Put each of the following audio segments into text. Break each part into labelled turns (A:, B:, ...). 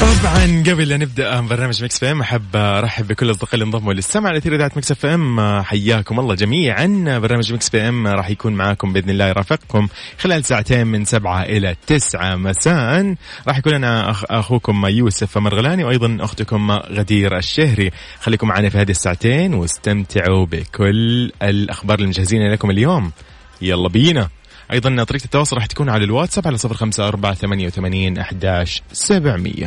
A: طبعا قبل لا نبدا برنامج مكس اف ام احب ارحب بكل الاصدقاء اللي انضموا للسمع على اثير اذاعه مكس اف ام حياكم الله جميعا برنامج مكس اف ام راح يكون معاكم باذن الله يرافقكم خلال ساعتين من سبعة الى تسعة مساء راح يكون انا أخ اخوكم يوسف مرغلاني وايضا اختكم غدير الشهري خليكم معنا في هذه الساعتين واستمتعوا بكل الاخبار المجهزين لكم اليوم يلا بينا ايضا طريقه التواصل راح تكون على الواتساب على 0548811700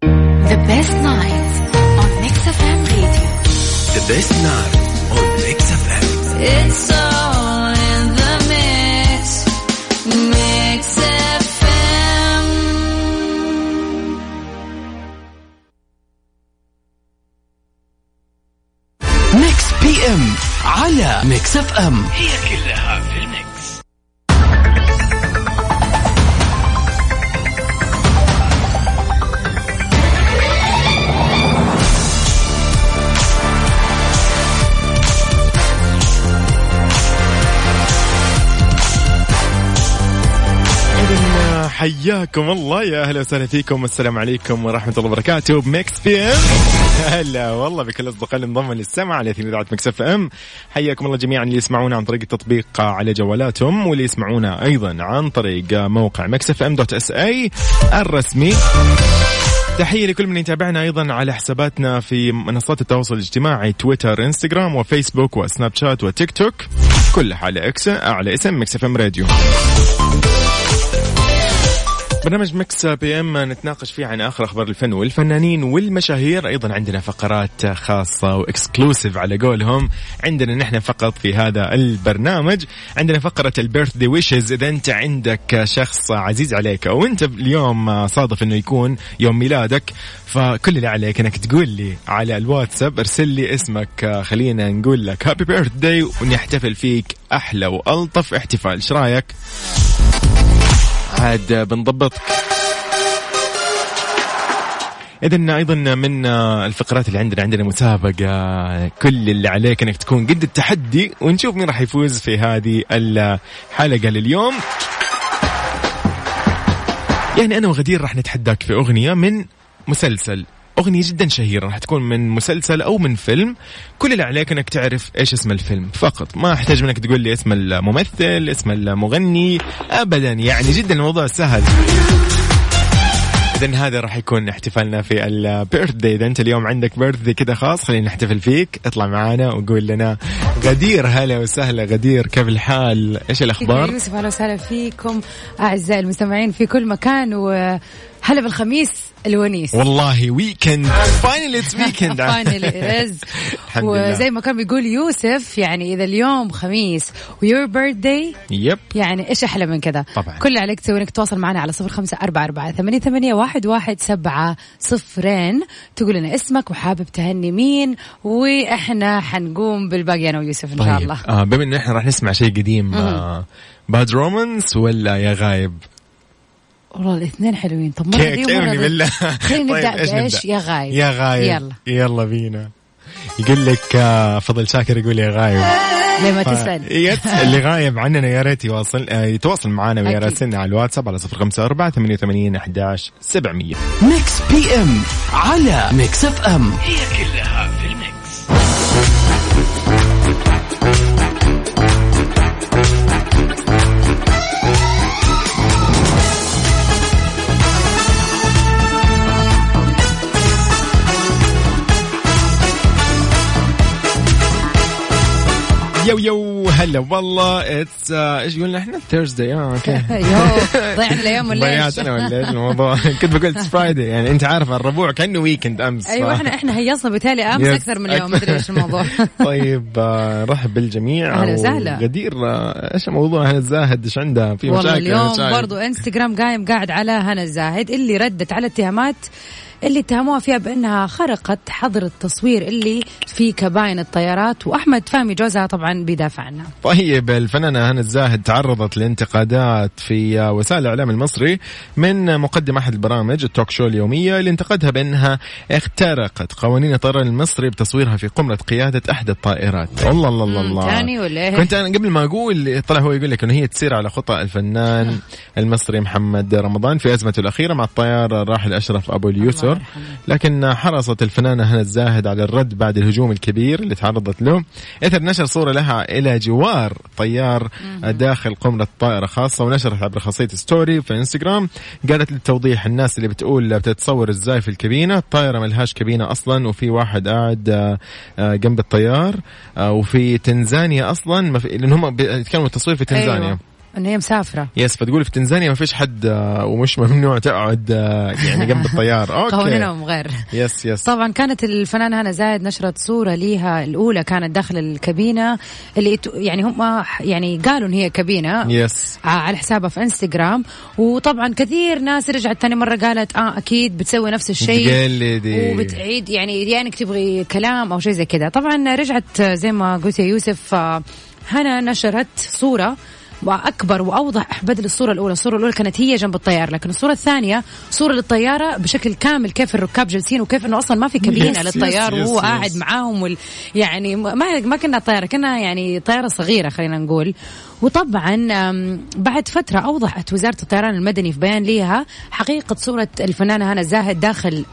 B: The best nights on Mix FM Radio.
C: ذا بيست نار اون ميكس اف ام
B: It's all in the mix. Mix FM.
C: ميكس بي ام على ميكس اف ام
A: إذن آه، حياكم الله يا اهلا وسهلا فيكم السلام عليكم ورحمه الله وبركاته بمكس بي ام هلا والله بكل الاصدقاء اللي انضموا للسمع على اثير اذاعه مكس اف ام حياكم الله جميعا اللي يسمعونا عن طريق التطبيق على جوالاتهم واللي يسمعونا ايضا عن طريق موقع مكس اف ام دوت اس اي الرسمي تحية لكل من يتابعنا أيضا على حساباتنا في منصات التواصل الاجتماعي تويتر إنستغرام وفيسبوك وسناب شات وتيك توك كلها على اكس على اسم مكس اف ام راديو برنامج مكس بي ام نتناقش فيه عن اخر اخبار الفن والفنانين والمشاهير ايضا عندنا فقرات خاصه واكسكلوسيف على قولهم عندنا نحن فقط في هذا البرنامج عندنا فقره البيرث دي ويشز اذا انت عندك شخص عزيز عليك او انت اليوم صادف انه يكون يوم ميلادك فكل اللي عليك انك تقول لي على الواتساب ارسل لي اسمك خلينا نقول لك هابي بيرث داي ونحتفل فيك احلى والطف احتفال ايش رايك؟ عاد بنضبطك إذا أيضا من الفقرات اللي عندنا عندنا مسابقة كل اللي عليك أنك تكون قد التحدي ونشوف مين راح يفوز في هذه الحلقة لليوم يعني أنا وغدير راح نتحداك في أغنية من مسلسل أغنية جدا شهيرة راح تكون من مسلسل أو من فيلم كل اللي عليك أنك تعرف إيش اسم الفيلم فقط ما أحتاج منك تقول لي اسم الممثل اسم المغني أبدا يعني جدا الموضوع سهل إذا هذا راح يكون احتفالنا في البيرث داي، إذا أنت اليوم عندك بيرث داي كذا خاص خلينا نحتفل فيك، اطلع معانا وقول لنا غدير هلا وسهلا غدير كيف الحال؟ إيش
D: يا
A: الأخبار؟
D: يوسف اهلا وسهلا فيكم اعزائي المستمعين في كل مكان وهلا بالخميس الونيس
A: والله ويكند فاينلي اتس ويكند
D: Finally is.
A: الحمد لله.
D: وزي ما كان بيقول يوسف يعني اذا اليوم خميس ويور بيرثداي
A: يب
D: يعني ايش احلى من كذا
A: طبعاً.
D: كل اللي عليك تسوي انك تتواصل معنا على صفر خمسة أربعة أربعة ثمانية, ثمانية واحد, واحد سبعة صفرين تقول لنا اسمك وحابب تهني مين واحنا حنقوم بالباقي انا ويوسف ان شاء الله
A: آه بما انه احنا راح نسمع شيء قديم آه باد رومانس ولا يا غايب؟
D: والله الاثنين حلوين طب مرة
A: كيف
D: دي ومرة
A: كيفني
D: دي.
A: بالله
D: خلينا
A: طيب،
D: نبدا
A: إيش نبدأ؟
D: بايش يا غايب
A: يا غايب
D: يلا
A: يلا بينا يقول لك آه فضل شاكر يقول يا غايب
D: ليه ما
A: ف-
D: تسال
A: يت اللي غايب عننا يا ريت يواصل آه، يتواصل معنا ويا
D: أكيد.
A: راسلنا على الواتساب على 054 88 11 700
C: ميكس بي ام على ميكس اف ام
A: يو يو هلا والله اتس ايش قلنا احنا ثيرزداي اه اوكي
D: يوه، ضيعنا الايام ولا
A: ضيعت
D: ايش؟
A: انا ولا ايش الموضوع كنت بقول فرايدي يعني انت عارف الربوع كانه ويكند امس
D: ايوه
A: ف-
D: احنا احنا هيصنا بالتالي امس
A: يس.
D: اكثر من اليوم ما ادري ايش الموضوع
A: طيب آه، رحب بالجميع
D: أهلا وسهلا.
A: غدير آه، ايش موضوع هنا زاهد ايش عندها في مشاكل
D: والله
A: أنا
D: اليوم
A: شايف.
D: برضو انستغرام قايم قاعد على هنا الزاهد اللي ردت على اتهامات اللي اتهموها فيها بأنها خرقت حظر التصوير اللي في كباين الطيارات وأحمد فهمي جوزها طبعا بيدافع عنها
A: طيب الفنانة هنا الزاهد تعرضت لانتقادات في آه، وسائل الإعلام المصري من مقدم أحد البرامج التوك شو اليومية اللي انتقدها بأنها اخترقت قوانين الطيران المصري بتصويرها في قمرة قيادة أحد الطائرات الله الله الله
D: مم،
A: الله
D: تاني ولا إيه؟
A: كنت أنا قبل ما أقول طلع هو يقول لك إنه هي تسير على خطأ الفنان المصري محمد رمضان في أزمته الأخيرة مع الطيار الراحل أشرف أبو اليسر لكن حرصت الفنانة هنا الزاهد على الرد بعد الهجوم الكبير اللي تعرضت له إثر نشر صورة لها إلى جوار طيار داخل قمرة طائرة خاصة ونشرت عبر خاصية ستوري في انستغرام قالت للتوضيح الناس اللي بتقول بتتصور ازاي في الكابينة الطائرة ملهاش كابينة أصلا وفي واحد قاعد آه، آه، جنب الطيار آه، وفي تنزانيا أصلا ما في لأن هم بيتكلموا التصوير في تنزانيا
D: أيوة. انه هي مسافره
A: يس فتقول في تنزانيا ما فيش حد آه، ومش ممنوع تقعد آه، يعني جنب الطيار اوكي
D: قوانينهم غير
A: يس يس
D: طبعا كانت الفنانة هنا زاهد نشرت صورة ليها الأولى كانت داخل الكابينة اللي ت- يعني هم ح- يعني قالوا إن هي كابينة
A: يس
D: ع- آه، على حسابها في انستغرام وطبعا كثير ناس رجعت تاني مرة قالت اه اكيد بتسوي نفس الشيء
A: تقلدي
D: وبتعيد يعني يا انك تبغي كلام او شيء زي كذا طبعا رجعت زي ما قلت يا يوسف آه، هنا نشرت صورة واكبر واوضح بدل الصوره الاولى، الصوره الاولى كانت هي جنب الطيار، لكن الصوره الثانيه صوره للطياره بشكل كامل كيف الركاب جالسين وكيف انه اصلا ما في
A: Yes,
D: كابينه
A: yes,
D: للطيار
A: yes,
D: وهو
A: yes.
D: قاعد معاهم وال... يعني ما ما كنا طياره كنا يعني طياره صغيره خلينا نقول وطبعا أم، بعد فتره اوضحت وزاره الطيران المدني في بيان ليها حقيقه صوره الفنانه هنا زاهد داخل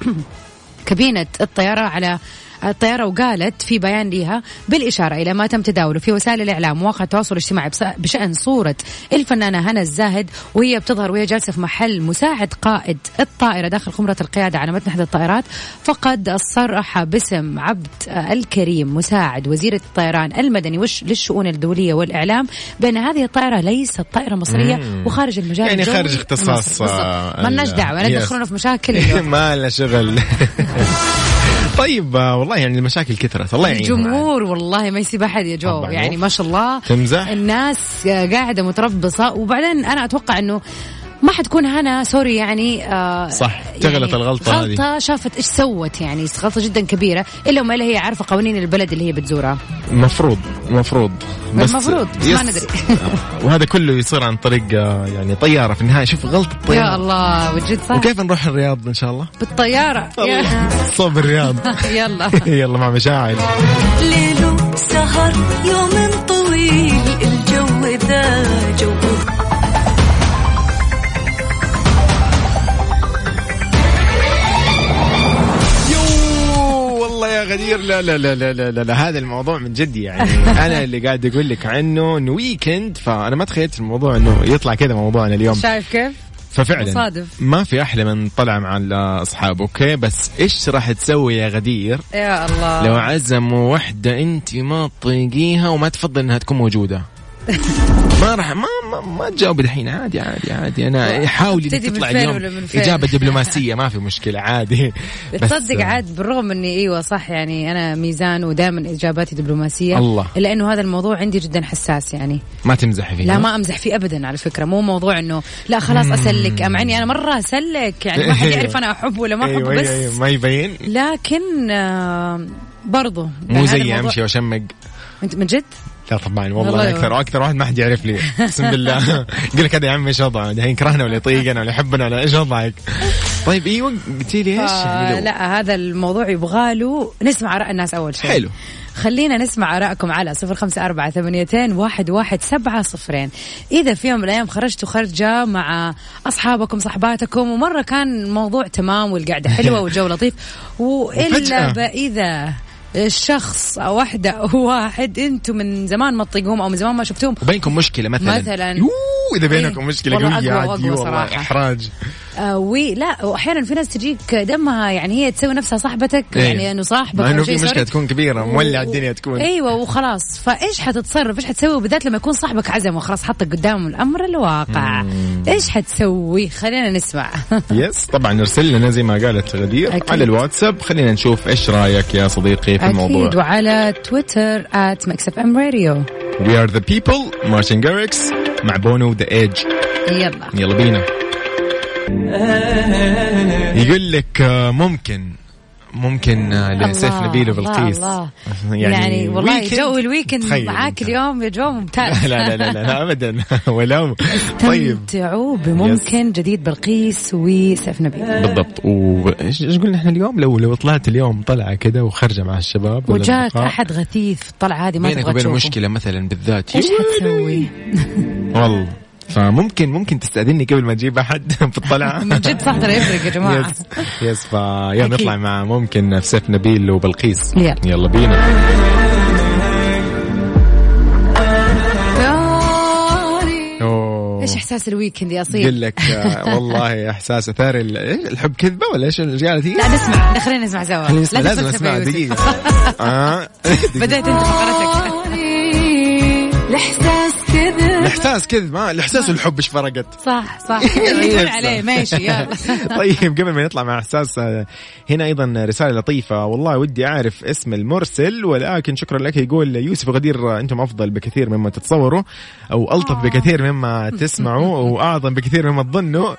D: كابينة الطيارة على الطيارة وقالت في بيان لها بالإشارة إلى ما تم تداوله في وسائل الإعلام ومواقع التواصل الاجتماعي بس- بشأن صورة الفنانة هنا الزاهد وهي بتظهر وهي جالسة في محل مساعد قائد الطائرة داخل قمرة القيادة على متن أحد الطائرات فقد صرح باسم عبد الكريم مساعد وزير الطيران المدني وش- للشؤون الدولية والإعلام بأن هذه الطائرة ليست طائرة مصرية
A: مم.
D: وخارج المجال
A: يعني
D: الجوي
A: خارج اختصاص،
D: المصري. بالضبط.
A: آه،
D: ما لناش دعوة لا
A: ال-
D: تدخلونا في مشاكل
A: ما لنا شغل طيب آه، والله يعني المشاكل كثرت الله يعينهم عاد.
D: الجمهور والله ما يسيب احد يا جو
A: طبعاً.
D: يعني ما شاء الله
A: تمزح؟
D: الناس قاعده متربصه وبعدين انا اتوقع انه ما حتكون هنا سوري يعني آه
A: صح، تغلط الغلطة هذه.
D: غلطه شافت ايش سوت يعني غلطه جدا كبيره الا وما إلا هي عارفه قوانين البلد اللي هي بتزورها
A: مفروض مفروض
D: المفروض، بس ما ندري.
A: آه، وهذا كله يصير عن طريق آه، يعني طياره في النهايه شوف غلطه
D: يا
A: الطياره
D: الله وجد صح
A: طيب. وكيف نروح الرياض ان شاء الله؟
D: بالطياره يا-
A: صوب الرياض
D: يلا
A: يلا مع مشاعل
E: ليل سهر يوم طويل الجو ذا جو
A: يو والله يا غدير لا لا لا لا لا, لا, لا هذا الموضوع من جدي يعني انا اللي قاعد اقول لك عنه انه ويكند فانا ما تخيلت الموضوع انه يطلع كذا موضوعنا اليوم
D: شايف كيف؟
A: ففعلا
D: مصادف.
A: ما في احلى من طلع مع الاصحاب اوكي بس ايش راح تسوي يا غدير
D: يا الله
A: لو عزموا وحده انت ما تطيقيها وما تفضل انها تكون موجوده ما راح ما ما, ما تجاوب الحين عادي عادي عادي انا حاولي انك
D: تبتدي من
A: تطلع
D: فين
A: اليوم
D: ولا من فين؟
A: اجابه دبلوماسيه ما في مشكله عادي بس-
D: تصدق عاد بالرغم اني ايوه صح يعني انا ميزان ودائما اجاباتي دبلوماسيه
A: الله.
D: الا انه هذا الموضوع عندي جدا حساس يعني
A: ما تمزحي فيها
D: لا ما امزح فيه ابدا على فكره مو موضوع انه لا خلاص اسلك مع اني انا مره اسلك يعني ما حد يعرف انا احبه ولا ما
A: إيه. أيوة
D: احبه
A: أيوة أيوة
D: بس
A: ما يبين
D: لكن آه، برضو
A: مو
D: يعني هذا
A: زي
D: الموضوع-
A: امشي واشمق
D: انت من جد؟
A: لا طبعا والله,
D: والله
A: والله اكثر واكثر واحد ما حد يعرف لي اقسم بالله يقول لك هذا يا عمي ايش وضعه الحين يكرهنا ولا يطيقنا ولا يحبنا ولا ايش وضعك طيب ايوه قلتي لي ايش
D: آه،
A: يعني لو-
D: لا هذا الموضوع يبغاله نسمع آراء الناس أول شيء
A: حلو.
D: خلينا نسمع آراءكم على صفر خمسة أربعة ثمانيتين واحد واحد سبعة صفرين إذا في يوم من الأيام خرجتوا خرجة مع أصحابكم صحباتكم ومرة كان الموضوع تمام والقعدة حلوة والجو لطيف
A: وفجأة.
D: وإلا بإذا شخص او واحدة او واحد انتم من زمان ما تطيقوهم او من زمان ما شفتوهم
A: وبينكم مشكله مثلا
D: مثلاً.
A: يوه اذا بينكم
D: إيه.
A: مشكله
D: والله
A: قويه
D: أقوى
A: عادي
D: وأقوى
A: والله
D: صراحة.
A: احراج
D: آه ولا واحيانا في ناس تجيك دمها يعني هي تسوي نفسها صاحبتك
A: إيه.
D: يعني انه صاحبك
A: مع
D: أو
A: انه
D: شيء
A: في مشكله
D: sorry.
A: تكون كبيره مولع الدنيا تكون
D: ايوه وخلاص فايش حتتصرف ايش حتسوي بالذات لما يكون صاحبك عزم وخلاص حطك قدامه الامر الواقع ايش حتسوي خلينا نسمع
A: يس طبعا ارسل لنا زي ما قالت غدير
D: أكيد.
A: على الواتساب خلينا نشوف ايش رايك يا صديقي في الموضوع
D: اكيد وعلى تويتر ات ميكس اف ام راديو
A: We are the people مارتن جاركس مع بونو ذا ايج
D: يلا
A: يلا بينا يقول لك آه، ممكن ممكن آه، لسيف
D: الله،
A: نبيل
D: الله،
A: وبلقيس
D: الله. يعني, يعني والله
A: ويكند.
D: جو الويكند
A: تخيل
D: معاك
A: أنت.
D: اليوم يا جو ممتاز
A: لا لا لا لا, لا ابدا ولا طيب
D: استمتعوا بممكن جديد بلقيس وسيف نبيل
A: بالضبط وايش إيش قلنا احنا اليوم لو لو طلعت اليوم طلعه كذا وخرجه مع الشباب ولا
D: وجاك
A: الأصدقاء،
D: احد غثيث الطلعه هذه ما
A: بينك
D: تبغى
A: وبين
D: تشوفه
A: مشكله مثلا بالذات
D: ايش
A: يا
D: حتسوي؟
A: ويلي. والله فممكن ممكن تستاذني قبل ما تجيب احد في الطلعه
D: من جد صح ترى يفرق يا جماعه
A: يس يس فيلا
D: أكيد.
A: نطلع مع ممكن في سيف نبيل وبلقيس
D: يلا.
A: يلا بينا أوه.
D: ايش احساس الويكند يا اصيل؟
A: يقول لك آه، والله احساس اثار ال- إيه، الحب كذبه ولا ايش الرجاله دي؟
D: لا نسمع لا خلينا نسمع سوا
A: خلينا نسمع،
D: لا
A: لازم
D: تفلسف يا
A: اسمع
D: يوسف.
A: دقيقه آه.
D: بدأت انت فقرتك
E: الاحساس كذا
A: الاحساس كذب ما الاحساس والحب ايش فرقت؟
D: صح صح يقول عليه ماشي يلا
A: طيب قبل ما نطلع مع احساس آه، هنا ايضا رساله لطيفه والله ودي اعرف اسم المرسل ولكن شكرا لك يقول يوسف غدير آه، انتم افضل بكثير مما تتصوروا او الطف بكثير مما تسمعوا واعظم بكثير مما تظنوا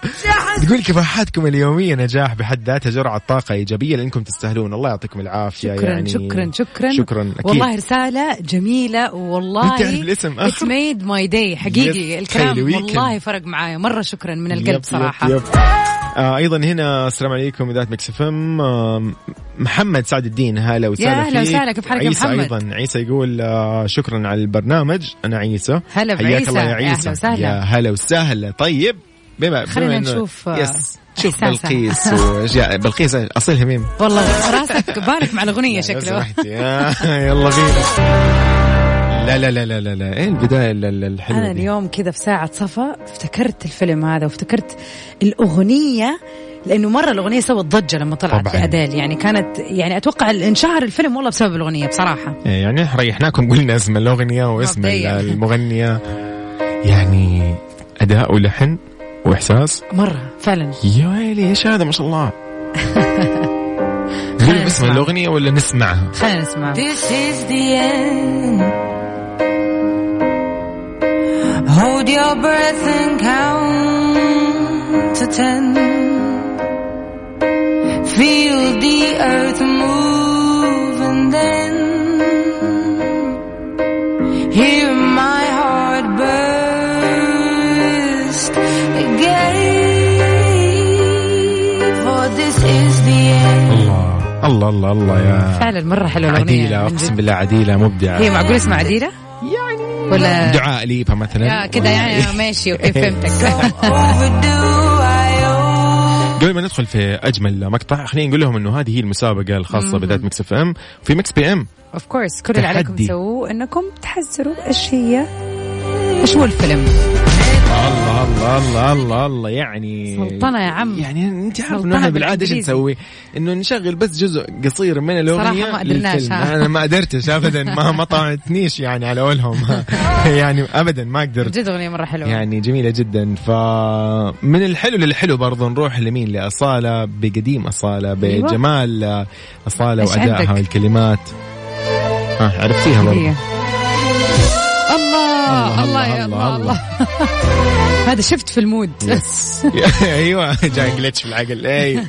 A: تقول كفاحاتكم اليوميه نجاح بحد ذاتها جرعه طاقه ايجابيه لانكم تستاهلون الله يعطيكم العافيه
D: شكرا
A: يعني
D: شكرا شكرا
A: شكرا اكيد
D: والله رسالة جميلة والله
A: أنت عارف الاسم
D: ات
A: آخر؟
D: ميد ماي داي حقيقي
A: Yes.
D: الكلام
A: تخيلي weekend.
D: والله فرق معايا مرة شكرا من
A: يب-
D: القلب
A: يب-
D: صراحة
A: يب. آه ايضا هنا السلام عليكم اذاعه مكس اف ام آه، محمد سعد الدين هلا وسهلا
D: يا هلا
A: فيك.
D: وسهلا، كيف حالك يا
A: عيسى
D: محمد؟
A: ايضا عيسى يقول آه شكرا على البرنامج انا عيسى
D: هلا
A: حياك
D: بعيسى.
A: الله يا
D: يا
A: عيسى
D: أهلا وسهلا.
A: يا هلا وسهلا طيب بما
D: خلينا
A: بما إنه-
D: نشوف، آه،
A: يس شوف
D: إحساسها.
A: بلقيس واشياء بلقيس اصل هميم
D: والله راسك بالك مع الأغنية شكله
A: سمحتي يلا بينا لا لا لا لا لا لا ايه البدايه ال- ال- الحلوه
D: أنا
A: دي؟
D: اليوم كذا في ساعة صفا افتكرت الفيلم هذا وافتكرت الأغنية لأنه مرة الأغنية سوت ضجة لما طلعت
A: طبعاً.
D: لأديل يعني كانت يعني أتوقع انشهر الفيلم والله بسبب الأغنية بصراحة
A: إيه، يعني ريحناكم قلنا اسم الاغنيه واسم ال-
D: مبدئياً.
A: المغنيه يعني اداء ولحن واحساس
D: مرة فعلا
A: يا ويلي ايش هذا ما شاء الله نقول اسم
D: نسمع.
A: الاغنيه ولا نسمعها؟
D: خلينا نسمع
E: This is the end. Hold your breath and count to ten. Feel the earth move and then hear my heart burst again. For this is the end.
A: الله آه. الله الله الله يا
D: فعلا مرة حلوة الأغنية
A: عديله
D: من جد.
A: اقسم بالله عديله مبدعه
D: هي معقول اسمها عديلة؟ يعني ولا
A: دعاء ليبها مثلا
D: لا كذا يعني ماشي اوكي فهمتك
E: Overdue, I owe.
A: قبل ما ندخل في اجمل مقطع خلينا نقول لهم انه هذه هي المسابقه الخاصه بذات مكس اف ام في مكس بي ام
D: اوف كورس كل اللي عليكم
A: تحدي.
D: تسووه انكم تحزروا ايش هي ايش هو الفيلم؟
A: الله الله الله الله الله يعني
D: سلطنة يا عم.
A: يعني انت عارف انه
D: سلطنة
A: احنا بالعاده ايش
D: بالإنجليزي.
A: نسوي؟ انه نشغل بس جزء قصير من الاغنيه
D: صراحة ما قدرناش،
A: للفيلم.
D: ها.
A: انا ما قدرتش ابدا ما ما طلعتنيش يعني على قولهم يعني ابدا ما قدرت
D: جد اغنية مرة حلوة
A: يعني جميلة جدا فمن الحلو للحلو برضه نروح لمين لأصالة بقديم أصالة
D: أيوة.
A: بجمال أصالة
D: إيش
A: وأدائها
D: عندك؟ إيه.
A: والكلمات ها عرفتيها برضه
D: هي. الله الله يا الله الله هذا شفت في المود
A: ايوه جاي جلتش في العقل اي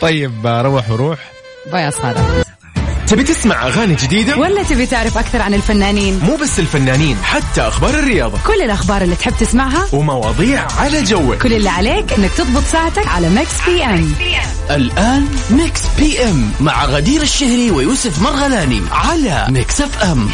A: طيب روح وروح
D: باي أصالة
C: تبي تسمع أغاني جديدة؟
D: ولا تبي تعرف أكثر عن الفنانين
C: مو بس الفنانين حتى أخبار الرياضة
D: كل الأخبار اللي تحب تسمعها
C: ومواضيع على جوك
D: كل اللي عليك انك تضبط ساعتك على ميكس بي ام
C: الآن ميكس بي ام مع غدير الشهري ويوسف مرغلاني على ميكس اف ام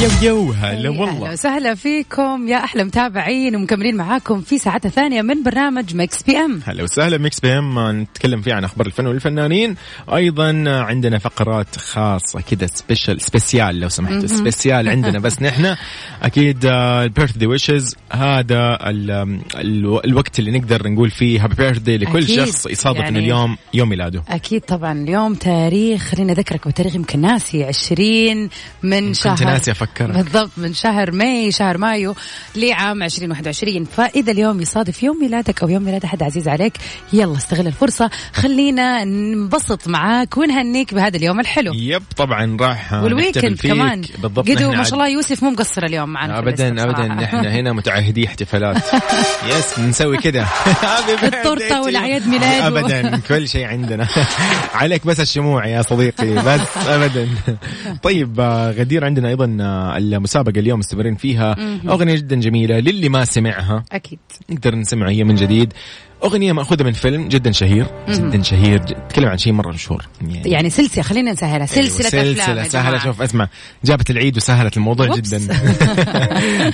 A: يو يو هلا
D: أهلا
A: والله
D: وسهلا يعني فيكم يا احلى متابعين ومكملين معاكم في ساعتها ثانيه من برنامج مكس بي ام
A: هلا وسهلا ميكس بي ام نتكلم فيه عن اخبار الفن والفنانين ايضا عندنا فقرات خاصه كذا سبيشال سبيسيال لو سمحت سبيسيال عندنا بس نحن اكيد البيرث دي ويشز هذا ال- ال- الوقت اللي نقدر نقول فيه هابي بيرث دي لكل
D: أكيد.
A: شخص يصادف
D: يعني-
A: انه اليوم يوم ميلاده
D: اكيد طبعا اليوم تاريخ خلينا اذكرك بتاريخ يمكن ناسي 20 من شهر
A: كنت ناسي افكر أذكرك.
D: بالضبط من شهر ماي شهر مايو لعام 2021 فإذا اليوم يصادف يوم ميلادك أو يوم ميلاد أحد عزيز عليك يلا استغل الفرصة خلينا ننبسط معاك ونهنيك بهذا اليوم الحلو
A: يب طبعا راح نحتفل
D: والويكند
A: فيك.
D: كمان
A: بالضبط
D: قدو
A: نحن
D: ما شاء الله
A: عاد-
D: يوسف مو مقصر اليوم معنا في
A: ابدا
D: الليستة
A: ابدا
D: بصراحة.
A: نحن هنا متعهدي احتفالات يس نسوي كذا
D: التورتة والأعياد ميلاد و-
A: ابدا كل شيء عندنا عليك بس الشموع يا صديقي بس ابدا طيب آه، غدير عندنا ايضا آه، المسابقه اليوم مستمرين فيها اغنيه جدا جميله للي ما سمعها
D: أكيد
A: نقدر نسمعها هي من جديد أغنية مأخوذة من فيلم جدا شهير جدا شهير ج- تتكلم عن شيء مرة مشهور
D: يعني سلسلة خلينا نسهلها سلسلة
A: أيوة،
D: أفلام يا
A: سلسلة سهلة
D: جماعة.
A: شوف اسمع جابت العيد وسهلت الموضوع
D: Whoops.
A: جدا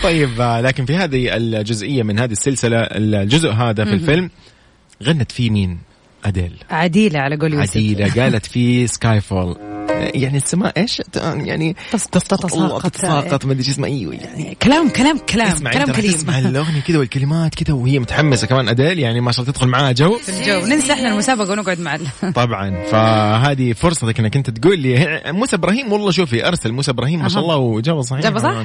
A: طيب آه، لكن في هذه الجزئية من هذه السلسلة الجزء هذا في الفيلم غنت فيه مين؟ أديل
D: عديلة على قول يوسف
A: عديلة قالت في سكاي فول يعني السماء ايش يعني
D: تس- تتساقط.
A: تتساقط ما ادري شو اسمه ايوه يعني
D: كلام كلام كلام
A: اسمع
D: آه، كلام
A: انت راح
D: كليم
A: تسمع الاغنيه كذا والكلمات كذا وهي متحمسه كمان اديل يعني ما شاء الله تدخل معاها جو
D: الجو ننسى احنا المسابقة ونقعد مع ال-
A: طبعا فهذه فرصتك انك انت تقول لي موسى ابراهيم والله شوفي ارسل موسى ابراهيم ما شاء
D: أها.
A: الله وجابه صحيح يعني
D: جابه صح؟
A: لا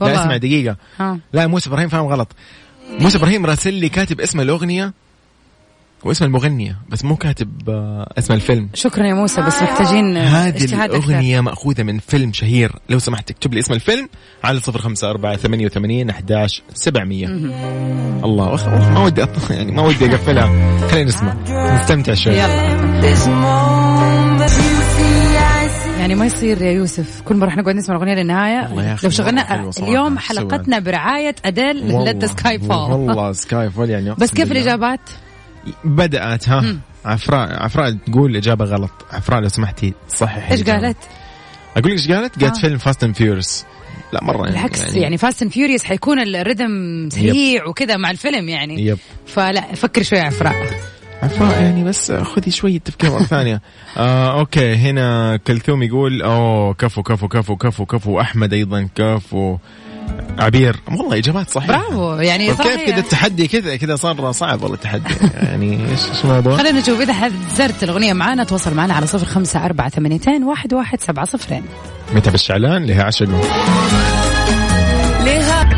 D: والله. آه.
A: اسمع دقيقه
D: ها.
A: لا موسى ابراهيم فاهم غلط موسى ابراهيم راسل لي كاتب اسم الاغنيه واسم المغنيه بس مو كاتب آه، اسم الفيلم
D: شكرا يا موسى بس محتاجين
A: هذه
D: اجتهاد أكثر.
A: الأغنية مأخوذة من فيلم شهير لو سمحت اكتب لي اسم الفيلم على صفر خمسة أربعة ثمانية وثمانين أحداش سبعمية الله أخ أخ، ما ودي أط... يعني ما ودي أقفلها خلينا نسمع نستمتع شوي
D: يلا
E: This moment you see I see
D: يعني ما يصير يا يوسف كل مرة احنا نقعد نسمع الأغنية
A: والله يا
D: للنهاية
A: أخي
D: لو
A: مرة
D: شغلنا
A: حلوة صراحة.
D: اليوم
A: سوى.
D: حلقتنا برعاية أديل ليت سكاي فول
A: والله سكاي فول يعني أقسم
D: بس كيف
A: بالله.
D: الإجابات؟
A: بدأت ها عفراء عفراء تقول إجابة غلط عفراء لو سمحتي صححي
D: إيش
A: الإجابة.
D: قالت؟
A: أقول لك إيش قالت؟ قالت
D: آه.
A: فيلم فاست أند فيورس لا مرة
D: بالعكس يعني فاست اند فيوريوس حيكون الريتم سريع وكذا مع الفيلم يعني
A: يب.
D: فلا فكر شوي عفراء
A: عفراء يعني بس خذي شوية تفكير مرة ثانية آه اوكي هنا كلثوم يقول اوه كفو كفو كفو كفو كفو احمد ايضا كفو عبير والله اجابات صحيحة
D: برافو يعني
A: طب كيف
D: صحيح
A: كذا التحدي كذا كذا صار صعب والله التحدي يعني ايش ايش الموضوع؟
D: خلينا نشوف إذا حذرت الأغنية معانا تواصل معنا على صفر خمسة أربعة ثمانيتين واحد واحد سبعة صفرين
A: متى بالشعلان لها عشقه
D: لها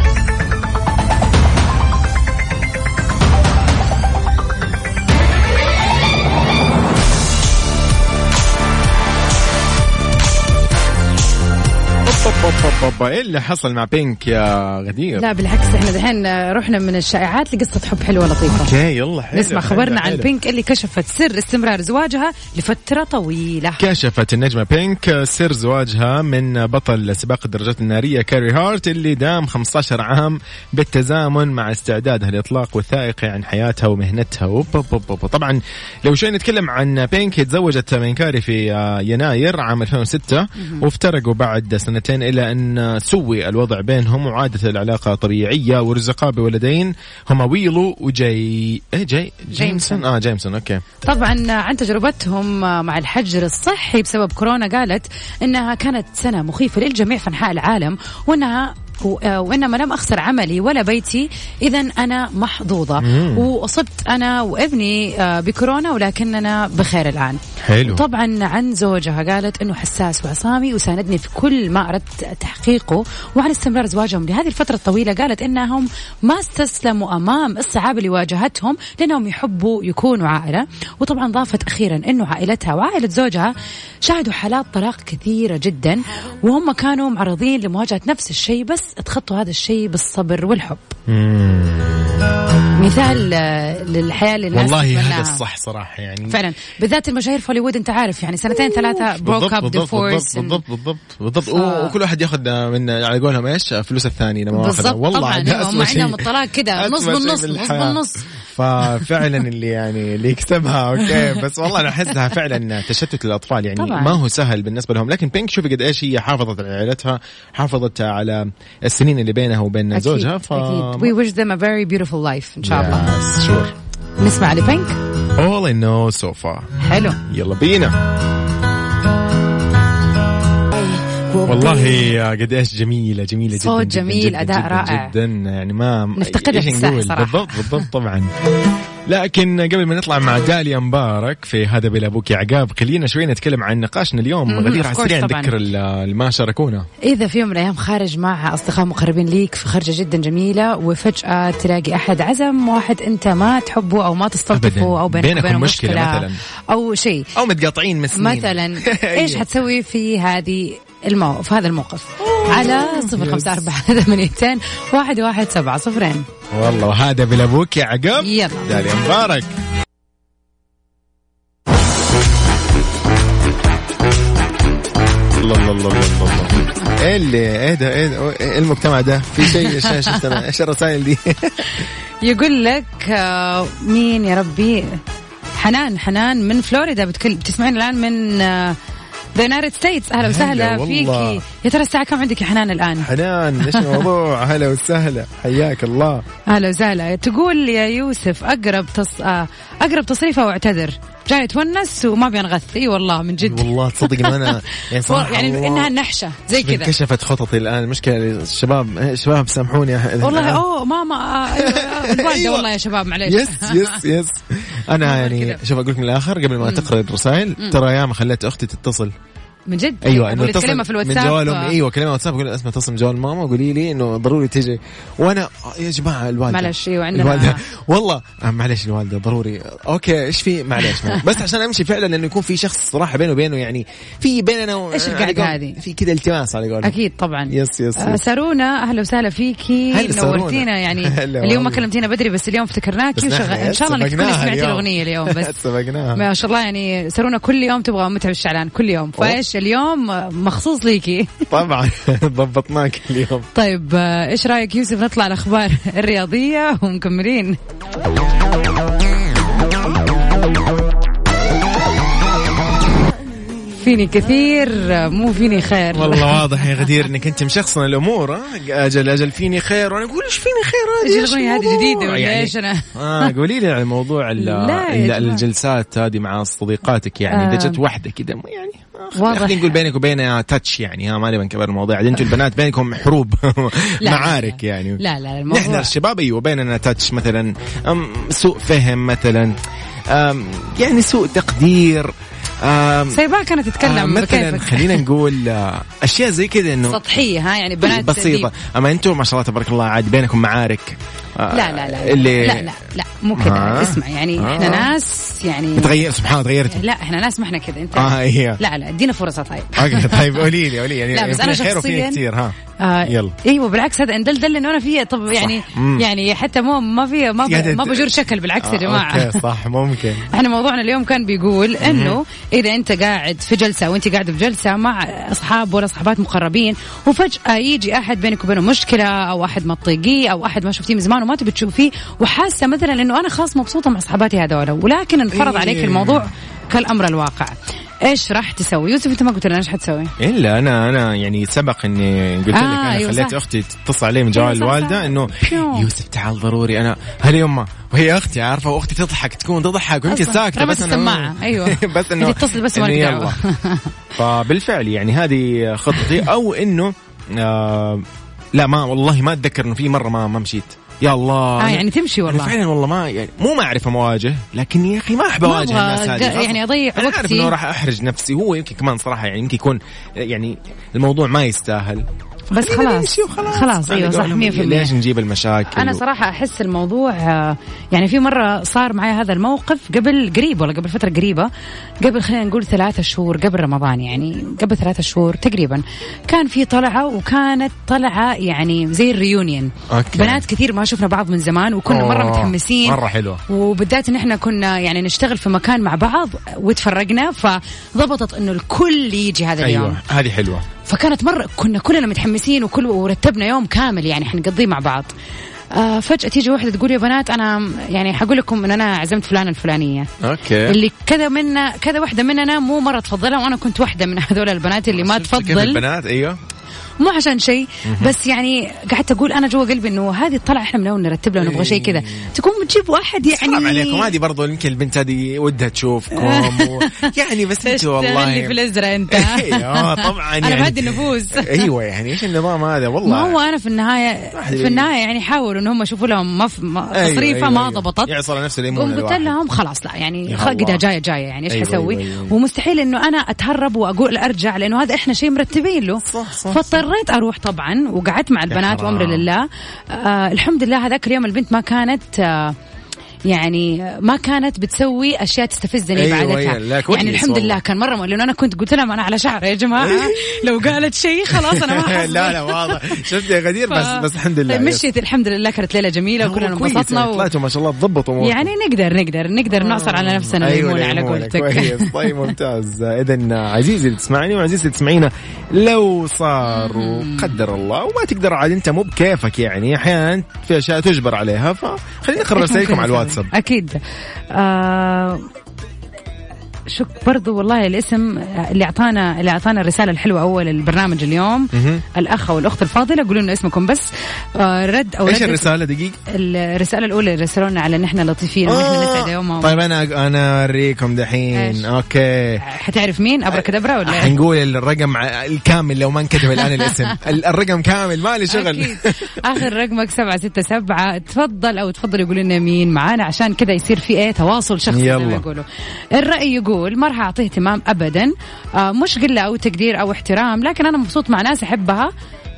A: ايه اللي حصل مع بينك يا غدير؟
D: لا بالعكس احنا دحين رحنا من الشائعات لقصة حب حلوة لطيفة
A: اوكي يلا حلو
D: نسمع
A: حلو،
D: خبرنا عن
A: حلو.
D: بينك اللي كشفت سر استمرار زواجها لفترة طويلة
A: كشفت النجمة بينك سر زواجها من بطل سباق الدراجات النارية كاري هارت اللي دام 15 عام بالتزامن مع استعدادها لإطلاق وثائقي عن حياتها ومهنتها وب- ب- ب- ب- طبعا لو شيء نتكلم عن بينك هي تزوجت من كاري في آه، يناير عام 2006 وافترقوا بعد سنتين إلى أن سوي الوضع بينهم وعادت العلاقة طبيعية ورزقا بولدين هما ويلو وجاي إيه جاي جيمسون اه جيمسون اوكي
D: طبعا عن تجربتهم مع الحجر الصحي بسبب كورونا قالت انها كانت سنه مخيفه للجميع في انحاء العالم وانها وانما لم اخسر عملي ولا بيتي اذا انا محظوظه واصبت انا وابني آه، بكورونا ولكننا بخير الان
A: حلو.
D: طبعا عن زوجها قالت انه حساس وعصامي وساندني في كل ما اردت تحقيقه وعن استمرار زواجهم لهذه الفتره الطويله قالت انهم ما استسلموا امام الصعاب اللي واجهتهم لانهم يحبوا يكونوا عائله وطبعا ضافت اخيرا انه عائلتها وعائله زوجها شهدوا حالات طلاق كثيره جدا وهم كانوا معرضين لمواجهه نفس الشيء بس تخطوا هذا الشيء بالصبر والحب مثال آه، للحياه اللي الناس
A: والله هذا
D: تتمناها.
A: الصح صراحة يعني
D: فعلا بالذات المشاهير في هوليوود انت عارف يعني سنتين ثلاثه بروك اب ديفورس
A: بالضبط بالضبط بالضبط و- وكل واحد ياخذ من على قولهم ايش فلوس الثاني لما
D: بالضبط،
A: أخذها. والله
D: طبعاً،
A: عاد
D: أيوة، هم
A: أسوأ شيء.
D: عندهم الطلاق كده،
A: أسوأ
D: نص
A: شيء
D: بالنص،
A: بالحياة.
D: نص بالنص.
A: ففعلا اللي يعني اللي يكسبها اوكي بس والله انا احسها فعلا تشتت الاطفال يعني
D: طبعاً.
A: ما هو سهل بالنسبه لهم لكن بينك شوفي قد ايش هي حافظت على عائلتها حافظت على السنين اللي بينها وبين زوجها ف
D: اكيد وي ويش ذيم ا فيري بيوتيفول لايف ان شاء الله
A: Yes, sure.
D: نسمع لبينك
A: All I know so far.
D: حلو
A: يلا بينا والله قد ايش جميله جميله جدا
D: صوت
A: جدا
D: جميل،
A: جدا
D: أداء
A: جدا
D: رائع.
A: جدا يعني ما
D: نفتقدها
A: إيش
D: في الساحة
A: نقول؟
D: صراحة.
A: بالضبط بالضبط طبعا
F: لكن قبل ما نطلع مع داليا مبارك في هذا بلا ابوك يا عقاب خلينا شوي نتكلم عن نقاشنا اليوم
D: مم،
F: غدير
D: of
F: على
D: course
F: السريع
D: طبعاً.
F: نذكر ال- اللي ما شاركونا
D: إذا في يوم من الأيام خارج مع أصدقاء مقربين ليك في خرجة جدا جميلة وفجأة تلاقي أحد عزم واحد أنت ما تحبه أو ما
F: أبداً.
D: تستلطفه أو بينك
F: بينكم
D: وبينه
F: مشكلة
D: مشكلة,
F: مثلاً.
D: أو شيء
F: او متقاطعين مسنين
D: مثلا إيش حتسوي في هذه المو... في هذا الموقف على صفر خمسة أربعة ثمانيتين واحد واحد سبعة صفرين
F: والله وهذا بلا ابوك يا عقاب
D: يلا.
F: داليا مبارك الله الله الله الله الله. ايه اللي ايه ده ايه ده؟ إيه المجتمع ده في شيء ايش إيش أنا- ايش الرسائل دي
D: يقول لك آه، مين يا ربي حنان حنان من فلوريدا بتكل... بتسمعين الآن من آه، ذا يونايتد ستيتس أهلا
F: هلا
D: وسهلا
F: والله.
D: فيكي يا ترى الساعة كم عندك يا حنان الآن؟
F: حنان ايش الموضوع هلا وسهلا حياك الله
D: اهلا وسهلا تقول يا يوسف اقرب تص... آه، اقرب تصريفه واعتذر جاي تونس وما بينغث اي والله من جد
F: والله تصدق ان انا يعني صراحه
D: يعني
F: أيوة والله
D: انها النحشه زي كذا
F: انكشفت خططي الان المشكله الشباب شباب سامحوني
D: والله اوه ماما آه، أيوة، الوالده والله يا شباب معليش
F: يس يس يس انا يعني
D: كده.
F: شوف اقول لك من الاخر قبل ما تقرا الرسائل ترى يا ما خليت اختي تتصل
D: من جد
F: ايوه
D: أقول لك كلمه في
F: من
D: الواتساب
F: جوال
D: آه،
F: امي ايوه كلمه واتساب اقول لها اسمع اتصل من جوال ماما وقولي لي انه ضروري تجي وانا يا جماعه الوالده
D: معلش، أيوة، عندنا-
F: الوالده والله آه، معلش الوالده ضروري اوكي ايش في معلش معلش. بس عشان امشي فعلا لانه يكون في شخص صراحه بينه وبينه يعني في بيننا و...
D: إيش القعدة
F: على قول-
D: هذه؟
F: في كذا التماس على قولهم
D: اكيد طبعا
F: يس يس,
D: آه،
F: يس.
D: سارونا اهلا وسهلا فيكي
F: هلا سارونا.
D: نورتينا يعني
F: هلا
D: اليوم ما
F: والله.
D: كلمتينا بدري بس اليوم
F: بس
D: افتكرناكي
F: نحن
D: وشغل ان شاء الله انك تكوني
F: سبقناها
D: سمعتي
F: اليوم.
D: الاغنيه اليوم بس
F: سبقناها
D: ما شاء الله يعني سارونا كل يوم تبغى متعب الشعلان كل يوم فايش اليوم مخصوص ليكي
F: طبعا ضبطناك اليوم
D: طيب آه، ايش رايك يوسف نطلع الاخبار الرياضيه ومكملين فيني كثير آه، مو فيني خير
F: والله واضح يا غدير انك انت مشخصن الامور ها؟ اجل اجل فيني خير وانا اقول ايش فيني خير هذه
D: ايش الاغنيه هذه جديده
F: الموضوع
D: ولا ايش انا
F: اه قولي لي على موضوع ال-
D: لا يا
F: ال-
D: جماعة.
F: الجلسات هذه مع صديقاتك يعني اذا
D: آه.
F: جت واحده كذا مو يعني آه، خلي-
D: واضح.
F: خلينا نقول بينك وبينها تاتش يعني ها ما نبي نكبر الموضوع عاد انتوا البنات بينكم حروب
D: لا،
F: معارك
D: لا.
F: يعني
D: لا لا
F: نحن
D: الموضوع
F: الشباب ايوه بيننا تاتش مثلا أم سوء فهم مثلا أم يعني سوء تقدير أم
D: سيبا كانت
F: آه،
D: تتكلم
F: مثلا
D: بكيفك
F: خلينا نقول آه، اشياء زي كذا انه
D: سطحيه ها يعني بنات
F: بسيطه
D: ديب.
F: اما انتم ما شاء الله تبارك الله عاد بينكم معارك آه،
D: لا لا لا
F: اللي
D: لا لا لا مو كذا
F: آه.
D: اسمع يعني
F: آه.
D: احنا ناس يعني
F: تغير سبحان الله تغيرت
D: لا احنا ناس ما احنا كذا انت
F: اه هي
D: لا لا ادينا فرصه طيب
F: اوكي طيب قولي لي قولي يعني
D: لا، بس
F: في
D: أنا
F: خير وفي
D: شخصياً-
F: كثير ها
D: آه
F: يلا.
D: ايوه بالعكس هذا اندل دل انه انا فيه طب يعني
F: مم.
D: يعني حتى مو ما في ما ب-
F: قاعدة-
D: ما بجور شكل بالعكس يا
F: آه،
D: جماعه
F: اوكي صح ممكن
D: احنا موضوعنا اليوم كان بيقول انه اذا انت قاعد في جلسه وانت قاعد في جلسه مع اصحاب ولا صحبات مقربين وفجاه يجي احد بينك وبينه مشكله او احد ما تطيقيه او احد ما شفتيه من زمان وما تبي تشوفيه وحاسه مثلا انه انا خلاص مبسوطه مع اصحاباتي هذول ولكن انفرض
F: إيه.
D: عليك الموضوع كالامر الواقع ايش راح تسوي يوسف انت ما قلت لنا ايش حتسوي
F: الا انا انا يعني سبق اني قلت لك
D: آه،
F: انا
D: أيوة
F: خليت
D: صح.
F: اختي تتصل علي من جوال
D: أيوة صح،
F: الوالده
D: صح.
F: انه
D: بيو.
F: يوسف تعال ضروري انا هل يما وهي اختي عارفه واختي تضحك تكون تضحك وانت
D: أصلاً.
F: ساكته
D: رمت
F: بس أنا-
D: السماعة، أيوة.
F: بس انه
D: أنت اتصلي بس
F: إنه
D: وأنا
F: يلا. فبالفعل يعني هذه خطتي او انه آه لا ما والله ما اتذكر انه في مره ما ما مشيت يا الله
D: اه
F: أنا-
D: يعني تمشي
F: أنا
D: والله
F: فعلا والله ما يعني مو ما اعرف مواجه لكن يا اخي ما احب
D: ما
F: اواجه
D: أبغى
F: الناس هذه
D: أق- يعني أضيع
F: أنا عارف
D: وقتي.
F: انه راح احرج نفسي هو يمكن كمان صراحه يعني يمكن يكون يعني الموضوع ما يستاهل
D: بس
F: خلينا
D: خلاص
F: نمشي وخلاص.
D: خلاص ايوه
F: أنا
D: صح
F: أقول
D: 100%
F: ليش نجيب المشاكل
D: انا
F: و-
D: صراحه احس الموضوع آه، يعني في مره صار معي هذا الموقف قبل قريب ولا قبل فتره قريبه قبل خلينا نقول ثلاثة شهور قبل رمضان يعني قبل ثلاثة شهور تقريبا كان في طلعه وكانت طلعه يعني زي الريونيون
F: أوكي.
D: بنات كثير ما شفنا بعض من زمان وكنا مره
F: أوه،
D: متحمسين
F: مرة حلوة.
D: وبالذات ان احنا كنا يعني نشتغل في مكان مع بعض وتفرقنا فضبطت انه الكل يجي هذا اليوم
F: ايوه هذه حلوه
D: فكانت مرة كنا كلنا متحمسين وكل ورتبنا يوم كامل يعني حنقضيه مع بعض آه فجأة تيجي واحدة تقول يا بنات أنا يعني حقول لكم إن أنا عزمت فلانة الفلانية
F: إيه. اوكي
D: اللي كذا منا كذا واحدة مننا مو مرة تفضلها وأنا كنت واحدة من هذول البنات اللي ما
F: شفت كيف
D: تفضل
F: البنات ايوه
D: مو عشان شيء بس يعني قعدت اقول انا جوا قلبي انه هذه الطلعه احنا من اول نرتب لها نبغى شيء كذا تكون بتجيب واحد يعني
F: إيه. حرام عليكم هذه برضو يمكن البنت هذه ودها تشوفكم و... يعني بس انت
D: تغني
F: والله
D: في الازرق انت
F: ايوه طبعا
D: انا
F: يعني.
D: بهدي النفوس
F: ايوه يعني ايش النظام هذا والله
D: ما هو انا في النهايه
F: واحد
D: في النهايه يعني حاولوا ان هم يشوفوا لهم مف... ما...
F: أيوة،
D: تصريفه
F: أيوة،
D: ما
F: أيوة.
D: ضبطت
F: يعصر على نفسه ليمون
D: قوم قلت
F: الواحد.
D: لهم خلاص لا يعني
F: يا
D: خلقتها
F: الله.
D: جايه جايه يعني ايش
F: أيوة،
D: حسوي
F: أيوة، أيوة.
D: ومستحيل انه انا اتهرب واقول ارجع لانه هذا احنا شيء مرتبين له
F: صح، صح،
D: فاضطريت اروح طبعا وقعدت مع البنات
F: حرام.
D: وامر لله آه الحمد لله هذاك اليوم البنت ما كانت آه يعني ما كانت بتسوي اشياء تستفزني
F: أيوة،
D: بعادتها
F: أيوة، لا، كويس
D: يعني الحمد
F: والله.
D: لله كان مره مؤلم. لانه انا كنت قلت لهم انا على شعر يا جماعه لو قالت شيء خلاص انا ما حصل
F: لا لا واضح شفت يا غدير بس
D: آه، ف- طيب،
F: بس الحمد لله
D: مشيت الحمد لله كانت ليله جميله
F: هو
D: وكلنا
F: كويس
D: انبسطنا
F: يعني آه،
D: و...
F: طلعتوا ما شاء الله تضبطوا أموركم.
D: يعني نقدر نقدر نقدر نعصر على نفسنا ليمون على
F: ليمونة.
D: قولتك
F: أيوة، كويس طيب ممتاز اذا عزيزي اللي تسمعني وعزيزي اللي تسمعينا لو صار وقدر الله وما تقدر عاد انت مو بكيفك يعني احيانا في اشياء تجبر عليها فخلينا نقرا
D: إيش ممكن
F: رسائلكم على
D: نسوي؟
F: الواتساب
D: اكيد آه شك برضو والله الاسم اللي اعطانا اللي اعطانا الرساله الحلوه اول البرنامج اليوم
F: مهم.
D: الاخ والاخت الفاضله قولوا لنا اسمكم بس آه رد او
F: ايش
D: ردت
F: الرساله دقيقه؟
D: الرساله الاولى رسلوا لنا على ان احنا لطيفين وان احنا نسعد يومهم
F: طيب انا انا اوريكم
D: إيش؟
F: دحين اوكي
D: حتعرف مين ابرا
F: آه،
D: كدبرا ولا إيه؟
F: حنقول الرقم ع- الكامل لو ما انكتب الان الاسم ال- الرقم كامل ما لي شغل
D: أكيد. اخر رقمك 767 تفضل او تفضل يقول لنا مين معانا عشان كذا يصير في ايه تواصل شخصي زي ما
F: يلا.
D: يقولوا الراي يقول ما راح اعطيه اهتمام ابدا آه مش قله او تقدير او احترام لكن انا مبسوط مع ناس احبها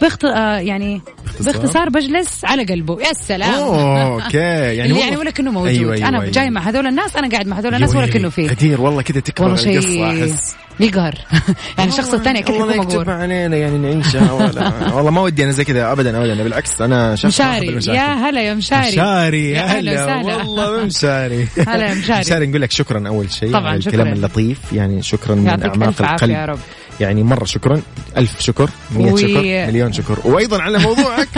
D: بخت... آه يعني
F: باختصار؟
D: باختصار بجلس على قلبه يا سلام
F: أوه، اوكي يعني أيوة،
D: يعني,
F: والله-
D: يعني ولا كأنه موجود انا جاي مع هذول الناس انا قاعد مع هذول الناس
F: أيوة،
D: ولا
F: أيوة.
D: كأنه فيه
F: غدير والله كذا تكبر
D: والله
F: القصه
D: شيء
F: احس
D: يقهر يعني الشخص الثاني اكيد
F: والله
D: يكون
F: ما يكتب
D: مقهور
F: علينا يعني نعيشها ولا والله ما ودي انا زي كذا ابدا ابدا بالعكس انا شخص ما أحب
D: مشاري
F: المشاكل.
D: يا هلا يا مشاري
F: مشاري
D: يا
F: يا
D: أهلا
F: هلا
D: وسهلا.
F: والله مشاري
D: هلا يا مشاري.
F: مشاري نقول لك شكرا اول شيء
D: طبعاً
F: على
D: شكراً.
F: الكلام اللطيف يعني شكرا من
D: يعطيك ألف
F: اعماق
D: عافية
F: القلب
D: يا رب.
F: يعني مره شكرا الف شكر 100
D: و-
F: شكر مليون شكر وايضا على موضوعك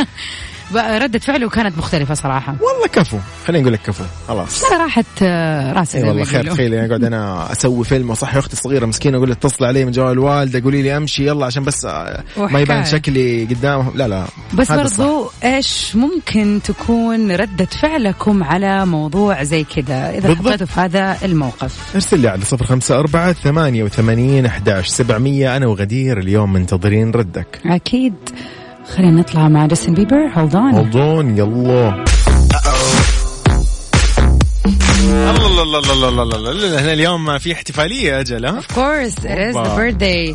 D: بقى ردة فعله كانت مختلفة صراحة
F: والله كفو خلينا نقول لك كفو خلاص
D: لا راحت آه، راسي
F: اي
D: زي ما
F: والله خير
D: يقولوا.
F: تخيل يعني اقعد انا اسوي فيلم وصحي اختي الصغيره مسكينه اقول لها اتصلي علي من جوال الوالده قولي لي امشي يلا عشان بس آه، ما
D: وحكاية.
F: يبان شكلي قدامهم لا لا
D: بس
F: هذا الصح.
D: برضو ايش ممكن تكون ردة فعلكم على موضوع زي كذا اذا
F: بالضبط.
D: حطيتوا في هذا الموقف
F: ارسل لي على صفر خمسة أربعة ثمانية وثمانين أحداش سبعمية أنا وغدير اليوم منتظرين ردك
D: اكيد خلينا نطلع مع جاستن بيبر هولد اون
F: موضون يلا الله الله الله الله الله الله الله احنا اليوم في احتفالية أجل ها؟
D: اوف كورس از ذا
F: أوبا.
D: بيرثداي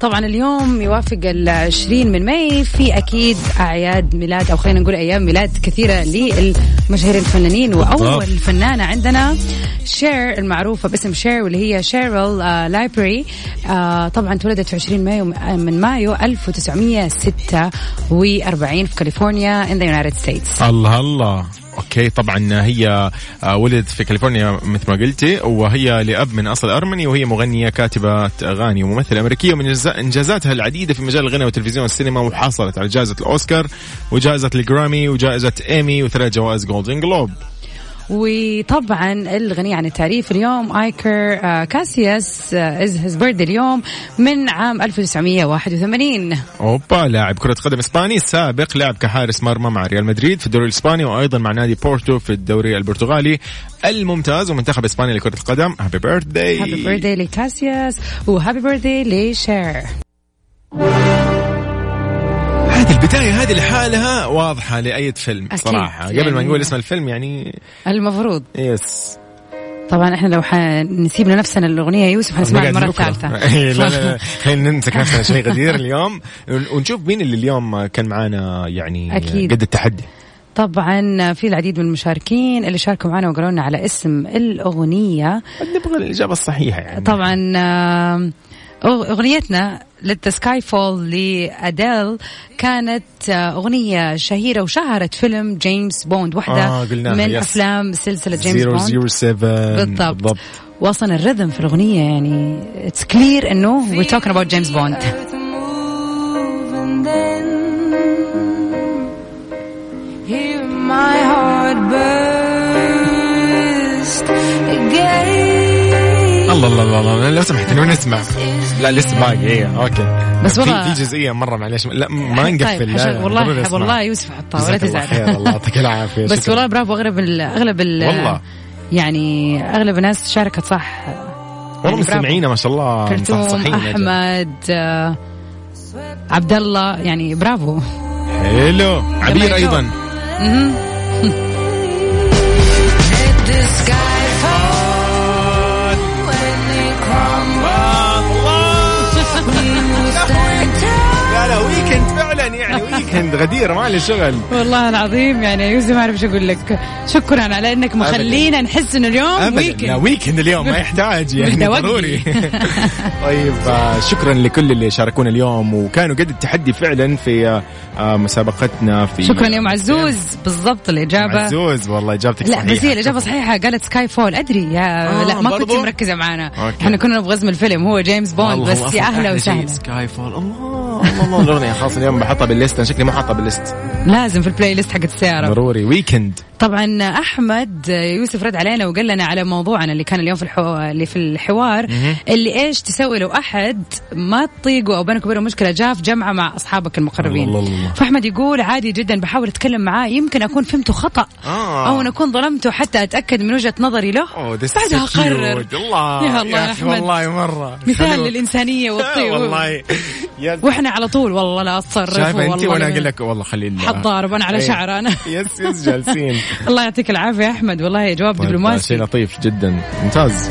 D: طبعا اليوم يوافق ال 20 من ماي في اكيد اعياد ميلاد او خلينا نقول ايام ميلاد كثيره للمشاهير الفنانين واول فنانه عندنا شير المعروفه باسم شير واللي هي شيرل آه لايبري آه طبعا تولدت في 20 مايو آه، من مايو 1946 في كاليفورنيا ان ذا يونايتد ستيتس
F: الله الله اوكي طبعا هي آه، ولدت في كاليفورنيا مثل ما قلتي وهي لاب من اصل ارمني وهي مغنيه كاتبه اغاني وممثله امريكيه ومن إنجاز- انجازاتها العديده في مجال الغنى والتلفزيون والسينما وحصلت على جائزه الاوسكار وجائزه الجرامي وجائزه ايمي وثلاث جوائز جولدن جلوب
D: وطبعا الغنية عن التعريف اليوم ايكر آه، كاسياس آه، از هيز بيرثدي اليوم من عام 1981
F: اوبا لاعب كره قدم اسباني سابق لعب كحارس مرمى مع ريال مدريد في الدوري الاسباني وايضا مع نادي بورتو في الدوري البرتغالي الممتاز ومنتخب اسبانيا لكره القدم هابي بيرثداي
D: هابي بيرثدي لكاسياس وهابي بيرثدي لشير
F: هذه البداية هذه لحالها واضحة لأي فيلم
D: أكيد.
F: صراحة قبل ما
D: يعني-
F: نقول اسم الفيلم يعني
D: المفروض
F: يس
D: طبعا احنا لو حنسيب لنفسنا الاغنيه يا يوسف حنسمعها المره الثالثه
F: إيه، لا لا لا خلينا نمسك نفسنا شوي غدير اليوم ون- ونشوف مين اللي اليوم كان معانا يعني
D: أكيد.
F: قد التحدي
D: طبعا في العديد من المشاركين اللي شاركوا معنا وقالوا لنا على اسم الاغنيه
F: نبغى الإجابة الصحيحة يعني
D: طبعا آم، أغ- اغنيتنا لت سكاي فول لاديل كانت آه، اغنيه شهيره وشهرت فيلم جيمس بوند واحده
F: آه، قلناها،
D: من
F: يس.
D: افلام سلسله جيمس بوند
F: 007
D: بالضبط, واصلا الرذم في الاغنيه يعني اتس كلير انه وي توكينج اباوت جيمس بوند
G: Earth move and then hear my heart burst again.
F: الله الله الله الله لو سمحت لو نسمع لا لسه باقي ايه اوكي
D: بس
F: في-
D: والله-
F: في جزئيه مره معلش لا ما
D: طيب،
F: نقفل لا،
D: حشر-
F: لا، ضروري
D: والله
F: نسمع.
D: والله يوسف حطها ولا
F: جزاك الله خير
D: تزعل
F: الله يعطيك العافيه
D: بس
F: شكراً.
D: والله برافو اغلب ال اغلب ال
F: والله.
D: يعني اغلب الناس شاركت صح
F: والله
D: يعني برافو.
F: مستمعينا ما شاء الله
D: كرتون
F: مصحصحين يا جماعة.
D: احمد آه، عبد الله يعني برافو
F: حلو عبير
D: يجاوب.
F: ايضا لا لا ويكند فعلا يعني ويكند غدير ما لي شغل
D: والله العظيم يعني يا يوسف ما اعرف ايش اقول لك شكرا على انك مخلينا نحس انه اليوم
F: ابدا لا
D: ويكند
F: ويكند اليوم ما يحتاج يعني
D: بدنا وقت.
F: ضروري طيب آه، شكرا لكل اللي شاركونا اليوم وكانوا قد التحدي فعلا في آه، آه، مسابقتنا في
D: شكرا يا ام عزوز بالضبط الاجابه
F: عزوز والله اجابتك
D: لا
F: صحيحه
D: بس هي الاجابه صحيحه قالت سكاي فول ادري يا
H: آه،
D: لا ما كنت
H: برضو؟
D: مركزه معانا
F: أوكي.
D: احنا كنا نبغى اسم الفيلم هو جيمس بوند بس يا اهلا وسهلا
H: سكاي فول الله
F: الله الله الاغنيه خلاص اليوم بحطها بالليست انا شكلي ما حاطها بالليست
D: لازم في البلاي ليست حقت السياره
F: ضروري ويكند
D: طبعا احمد يوسف رد علينا وقال لنا على موضوعنا اللي كان اليوم في الحو... اللي في الحوار اللي ايش تسوي لو احد ما تطيقه او بينك وبينه مشكله جاء في جمعه مع اصحابك المقربين
F: الله الله الله.
D: فاحمد يقول عادي جدا بحاول اتكلم معاه يمكن اكون فهمته خطا
F: آه.
D: او نكون ظلمته حتى اتاكد من وجهه نظري له
F: أوه، this is
D: بعدها
F: so cute.
D: اقرر
F: الله
D: يا الله يا
F: أخي،
D: أحمد.
F: والله مره
D: مثال
F: حلو.
D: للانسانيه والطيب
F: والله يا
D: واحنا على طول والله لا اتصرف
F: شايفه انت
D: والله
F: وانا
D: لا-
F: اقول لك والله خلي ال-
D: حتضارب انا على
F: إيه.
D: شعر انا
F: يس يس جالسين
D: الله يعطيك العافيه يا احمد والله جواب
F: طيب، شيء
D: دبلوماسي
F: لطيف جدا ممتاز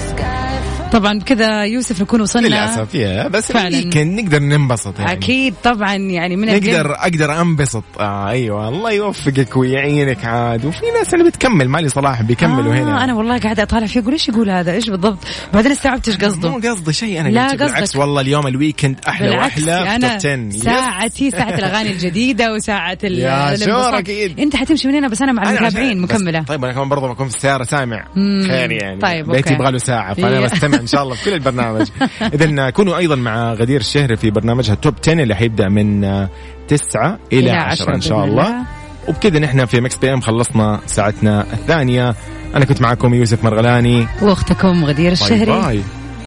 D: طبعا كذا يوسف نكون وصلنا
F: للاسف يا بس
D: فعلا.
F: كان نقدر ننبسط يعني
D: اكيد طبعا يعني من
F: نقدر اقدر انبسط آه ايوه الله يوفقك ويعينك عاد وفي ناس اللي بتكمل مالي صلاح بيكملوا
D: كملوا
F: آه
D: هنا
F: هنا
D: انا والله قاعده اطالع فيه اقول ايش يقول هذا ايش بالضبط بعدين استوعبت ايش
F: مو
D: قصده
F: قصدي شيء انا
D: لا
F: قلت
D: قصدك.
F: بالعكس والله اليوم الويكند احلى
D: بالعكس
F: واحلى
D: انا
F: في top 10.
D: ساعتي ساعه الاغاني الجديده وساعه ال-
F: يا
D: الانبساط.
F: شور أكيد.
D: انت حتمشي من هنا بس انا مع
F: أنا
D: المتابعين
F: عشان- بس-
D: مكمله
F: طيب انا كمان برضه بكون في السياره سامع خير يعني
D: طيب،
F: بيتي
D: أوكي.
F: يبغى له ساعه فانا
D: إيه.
F: بستمع ان شاء الله في كل البرنامج اذا كونوا ايضا مع غدير الشهري في برنامجها توب 10 اللي حيبدا من آه، 9 الى 10 ان شاء
D: بإذن
F: الله وبكذا نحن في مكس بي ام خلصنا ساعتنا الثانيه انا كنت معكم يوسف مرغلاني
D: واختكم غدير
F: باي
D: الشهري
F: باي